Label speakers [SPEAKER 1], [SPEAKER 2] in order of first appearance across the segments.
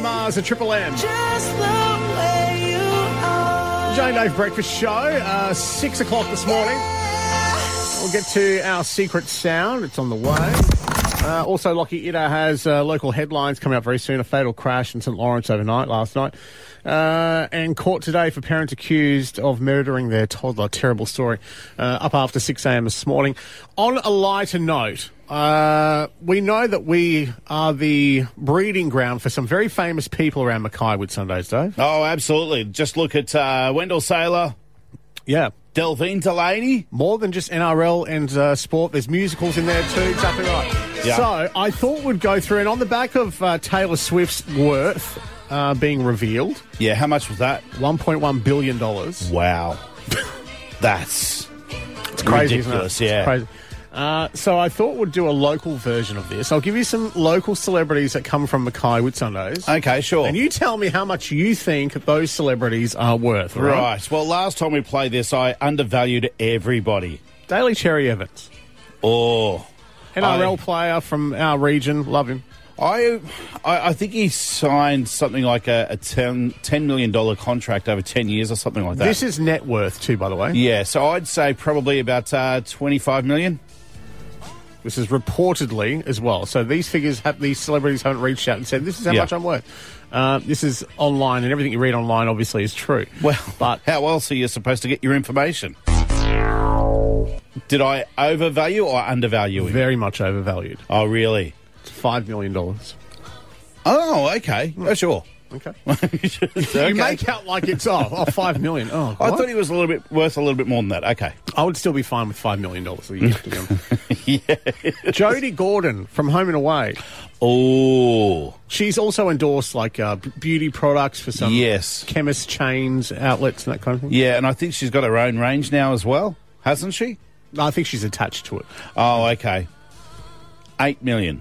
[SPEAKER 1] Mars at Triple M.
[SPEAKER 2] Just the way you are.
[SPEAKER 1] Jane Dave Breakfast Show, uh, 6 o'clock this morning. We'll get to our secret sound. It's on the way. Uh, also, Lockie Iddo has uh, local headlines coming up very soon. A fatal crash in St Lawrence overnight last night. Uh, and court today for parents accused of murdering their toddler. Terrible story. Uh, up after 6 a.m. this morning. On a lighter note, uh, we know that we are the breeding ground for some very famous people around Mackay with Sundays, Dave.
[SPEAKER 3] Oh, absolutely. Just look at uh, Wendell Saylor,
[SPEAKER 1] Yeah.
[SPEAKER 3] Delphine Delaney.
[SPEAKER 1] more than just NRL and uh, sport. There's musicals in there too. Exactly right.
[SPEAKER 3] Yeah.
[SPEAKER 1] So I thought we'd go through, and on the back of uh, Taylor Swift's worth uh, being revealed,
[SPEAKER 3] Yeah, how much was that?
[SPEAKER 1] 1.1 billion dollars.
[SPEAKER 3] Wow. That's
[SPEAKER 1] It's crazy,
[SPEAKER 3] ridiculous,
[SPEAKER 1] isn't it? It's
[SPEAKER 3] yeah.
[SPEAKER 1] crazy. Uh, so I thought we'd do a local version of this. I'll give you some local celebrities that come from Mackay Whitsundays.
[SPEAKER 3] okay, sure.
[SPEAKER 1] And you tell me how much you think those celebrities are worth, all right?
[SPEAKER 3] right. Well, last time we played this, I undervalued everybody.
[SPEAKER 1] Daily Cherry Evans,
[SPEAKER 3] Oh,
[SPEAKER 1] NRL
[SPEAKER 3] I-
[SPEAKER 1] player from our region, love him.
[SPEAKER 3] I, I, I think he signed something like a, a 10, $10 million contract over 10 years or something like that.
[SPEAKER 1] This is net worth too, by the way.
[SPEAKER 3] yeah, so I'd say probably about uh, 25 million.
[SPEAKER 1] This is reportedly as well. So these figures have these celebrities haven't reached out and said this is how
[SPEAKER 3] Yeah.
[SPEAKER 1] much I'm worth. Uh, this is online, and everything you read online obviously is true.
[SPEAKER 3] Well,
[SPEAKER 1] but
[SPEAKER 3] how else are you supposed to get your information? Did I overvalue or undervalue him?
[SPEAKER 1] very much overvalued.
[SPEAKER 3] Oh, really?
[SPEAKER 1] It's five million dollars.
[SPEAKER 3] Oh, okay. Oh, sure.
[SPEAKER 1] Okay.
[SPEAKER 3] Okay.
[SPEAKER 1] You make out like it's oh, oh five million. Oh,
[SPEAKER 3] I
[SPEAKER 1] what?
[SPEAKER 3] thought he was a little bit worth a little bit more than that. Okay.
[SPEAKER 1] I would still be fine with five million dollars a year. Jodie Gordon from Home and Away.
[SPEAKER 3] Oh,
[SPEAKER 1] She's also endorsed like uh, b- beauty products for some
[SPEAKER 3] Yes.
[SPEAKER 1] chemist chains, outlets, and that kind of thing.
[SPEAKER 3] yeah, and I think she's got her own range now as well, hasn't she?
[SPEAKER 1] I think she's attached to it.
[SPEAKER 3] Oh, okay. Eight million.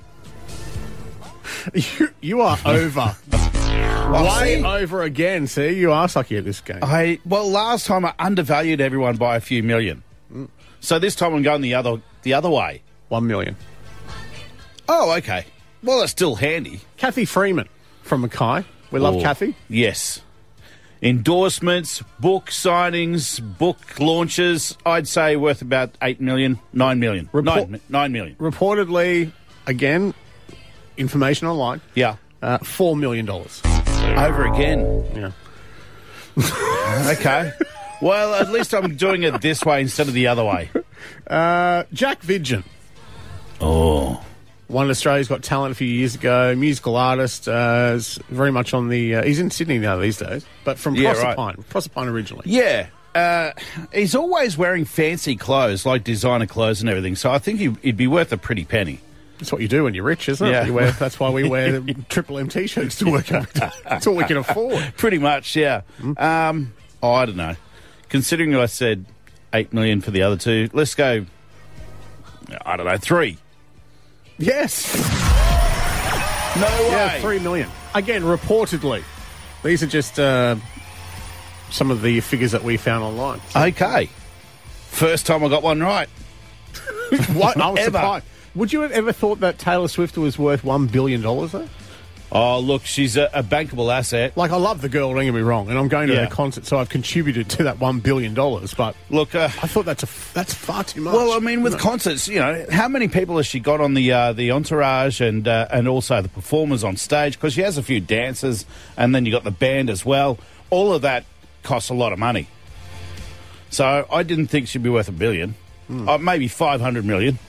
[SPEAKER 1] You, you are over. Way
[SPEAKER 3] Oh, see?
[SPEAKER 1] over again. See, you are sucky at this game.
[SPEAKER 3] I well, last time I undervalued everyone by a few million, so this time I'm going the other the other way.
[SPEAKER 1] One million.
[SPEAKER 3] Oh, okay. Well, that's still handy.
[SPEAKER 1] Kathy Freeman from Mackay. We love
[SPEAKER 3] Oh,
[SPEAKER 1] Kathy.
[SPEAKER 3] Yes. Endorsements, book signings, book launches, I'd say worth about 8 million, 9 million.
[SPEAKER 1] Report-
[SPEAKER 3] 9, 9 million.
[SPEAKER 1] Reportedly, again, information online.
[SPEAKER 3] Yeah.
[SPEAKER 1] Uh, Four million dollars.
[SPEAKER 3] Over again.
[SPEAKER 1] Yeah.
[SPEAKER 3] Okay. well, at least I'm doing it this way instead of the other way.
[SPEAKER 1] Uh, Jack Vidgen.
[SPEAKER 3] Oh.
[SPEAKER 1] One of Australia's Got Talent a few years ago. Musical artist. Uh, is very much on the. Uh, he's in Sydney now these days, but from
[SPEAKER 3] Yeah, right.
[SPEAKER 1] Proserpine. Proserpine originally.
[SPEAKER 3] Yeah. Uh, he's always wearing fancy clothes, like designer clothes and everything, so I think he, he'd be worth a pretty penny.
[SPEAKER 1] That's what you do when you're rich, isn't it?
[SPEAKER 3] Yeah.
[SPEAKER 1] You wear, that's why we wear triple M t-shirts to work out. That's all we can afford.
[SPEAKER 3] Pretty much, yeah. Um, oh, I don't know. Considering I said eight million for the other two, let's go. I don't know, three.
[SPEAKER 1] Yes.
[SPEAKER 3] No way.
[SPEAKER 1] Yeah, three million. Again, reportedly, these are just uh, some of the figures that we found online.
[SPEAKER 3] Okay. First time I got one right.
[SPEAKER 1] What? I was
[SPEAKER 3] Ever.
[SPEAKER 1] surprised. Would you have ever thought that Taylor Swift was worth one billion dollars? Though,
[SPEAKER 3] Oh, look, she's a, a bankable asset.
[SPEAKER 1] like, I love the girl. Don't get me wrong, and I'm going to
[SPEAKER 3] Yeah.
[SPEAKER 1] her concert, so I've contributed to that one billion dollars. But
[SPEAKER 3] Look, uh,
[SPEAKER 1] I thought that's a f- that's far too much.
[SPEAKER 3] well, I mean, with concerts, you know, how many people has she got on the uh, the entourage and uh, and also the performers on stage? Because she has a few dancers, and then you got the band as well. All of that costs a lot of money. So I didn't think she'd be worth a billion,
[SPEAKER 1] Hmm.
[SPEAKER 3] uh, maybe five hundred million,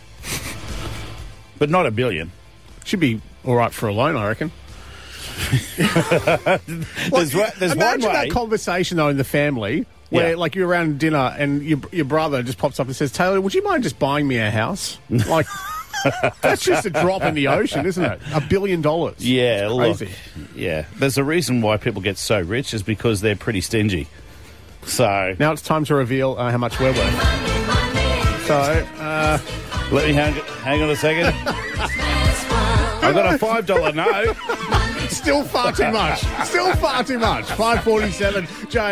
[SPEAKER 3] but not a billion.
[SPEAKER 1] she'd be all right for a loan, I reckon.
[SPEAKER 3] There's, wa- there's one
[SPEAKER 1] Imagine
[SPEAKER 3] way.
[SPEAKER 1] that conversation though in the family where
[SPEAKER 3] Yeah.
[SPEAKER 1] like you're around dinner and your your brother just pops up and says, "Taylor, would you mind just buying me a house?" Like that's just a drop in the ocean, isn't it? A billion dollars.
[SPEAKER 3] yeah,
[SPEAKER 1] It's
[SPEAKER 3] look,
[SPEAKER 1] crazy.
[SPEAKER 3] yeah. There's a reason why people get so rich is because they're pretty stingy. So
[SPEAKER 1] Now it's time to reveal uh, how much we're worth. So uh,
[SPEAKER 3] Let me hang, hang on a second. I've got a five dollar note.
[SPEAKER 1] still far too much. Still far too much. Five forty-seven. Jay.